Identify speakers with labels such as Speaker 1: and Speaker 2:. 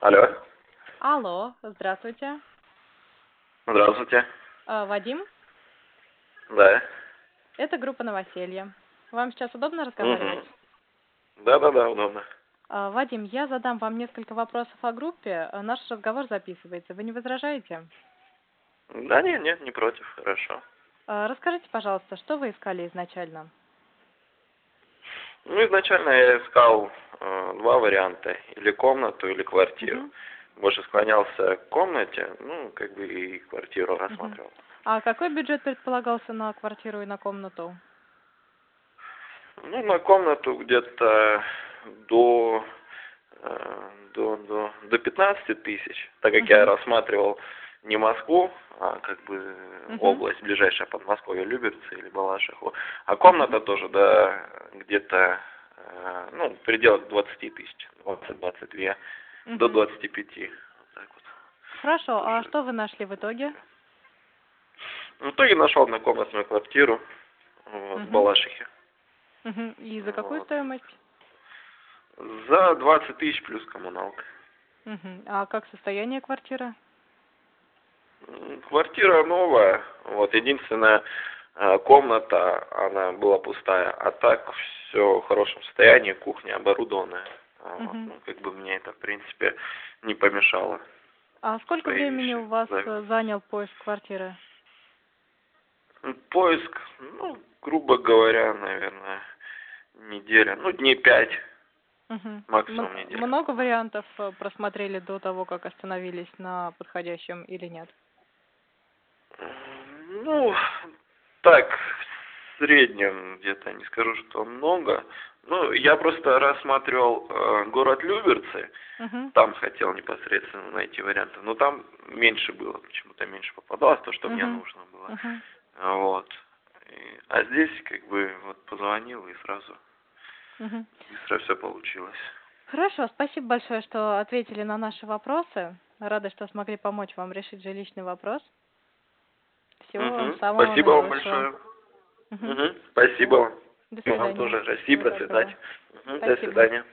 Speaker 1: Алло.
Speaker 2: Алло, здравствуйте.
Speaker 1: Здравствуйте.
Speaker 2: Э, Вадим,
Speaker 1: Да.
Speaker 2: это группа «Новоселье». Вам сейчас удобно разговаривать?
Speaker 1: Мгм. Да-да-да, удобно.
Speaker 2: Э, Вадим, я задам вам несколько вопросов о группе. Э, Наш разговор записывается. Вы не возражаете?
Speaker 1: Да нет, нет, не против, хорошо.
Speaker 2: Э, Расскажите, пожалуйста, что вы искали изначально?
Speaker 1: Ну, изначально я искал э, два варианта, или комнату, или квартиру.
Speaker 2: Мгм.
Speaker 1: Больше склонялся к комнате, ну, как бы и квартиру рассматривал.
Speaker 2: А какой бюджет предполагался на квартиру и на комнату?
Speaker 1: Ну, на комнату где-то до, э, до, до, до 15 тысяч, так как я
Speaker 2: Мгм.
Speaker 1: рассматривал не Москву, а как бы
Speaker 2: Мгм.
Speaker 1: область ближайшая Подмосковье, Люберцы или Балашиху, а комната тоже, да, где-то, э, ну, в пределах 20 тысяч, 20-22, до
Speaker 2: Мгм.
Speaker 1: 25, вот так вот.
Speaker 2: Хорошо, а что вы нашли в итоге?
Speaker 1: В итоге нашел однокомнатную квартиру вот, в
Speaker 2: Мгм.
Speaker 1: Балашихе
Speaker 2: Мгм. И за какую
Speaker 1: Вот.
Speaker 2: стоимость?
Speaker 1: за 20 тысяч плюс коммуналка.
Speaker 2: Мгм. А как состояние квартиры?
Speaker 1: М, Квартира новая, вот единственная э, комната, она была пустая, а так все в хорошем состоянии, кухня оборудованная. А, вот,
Speaker 2: Мгм.
Speaker 1: ну, как бы мне это, в принципе, не помешало.
Speaker 2: А сколько
Speaker 1: Свои
Speaker 2: времени
Speaker 1: вещи.
Speaker 2: у вас
Speaker 1: Да.
Speaker 2: э, занял поиск квартиры?
Speaker 1: М, Поиск, ну, грубо говоря, наверное, неделя, ну, дней пять.
Speaker 2: Мгм.
Speaker 1: Максимум
Speaker 2: М-
Speaker 1: неделя.
Speaker 2: Много вариантов э, просмотрели до того, как остановились на подходящем или нет?
Speaker 1: М, Ну, так, в среднем где-то, не скажу, что много. Ну, я просто рассматривал э, город Люберцы,
Speaker 2: Мгм.
Speaker 1: там хотел непосредственно найти варианты, но там меньше было, почему-то меньше попадалось, то, что мне
Speaker 2: Мгм.
Speaker 1: нужно было.
Speaker 2: Мгм.
Speaker 1: Вот. И- а здесь как бы вот позвонил и сразу,
Speaker 2: Мгм.
Speaker 1: быстро все получилось.
Speaker 2: Хорошо, спасибо большое, что ответили на наши вопросы. Рада, что смогли помочь вам решить жилищный вопрос. Всего
Speaker 1: Мгм.
Speaker 2: вам самого
Speaker 1: Спасибо вам
Speaker 2: наилучшего.
Speaker 1: большое.
Speaker 2: Мгм.
Speaker 1: Мгм. Спасибо вам.
Speaker 2: До
Speaker 1: И Вам
Speaker 2: свидания.
Speaker 1: тоже
Speaker 2: Всего
Speaker 1: спасибо,
Speaker 2: доброго.
Speaker 1: процветать. Мгм. До
Speaker 2: Спасибо.
Speaker 1: свидания.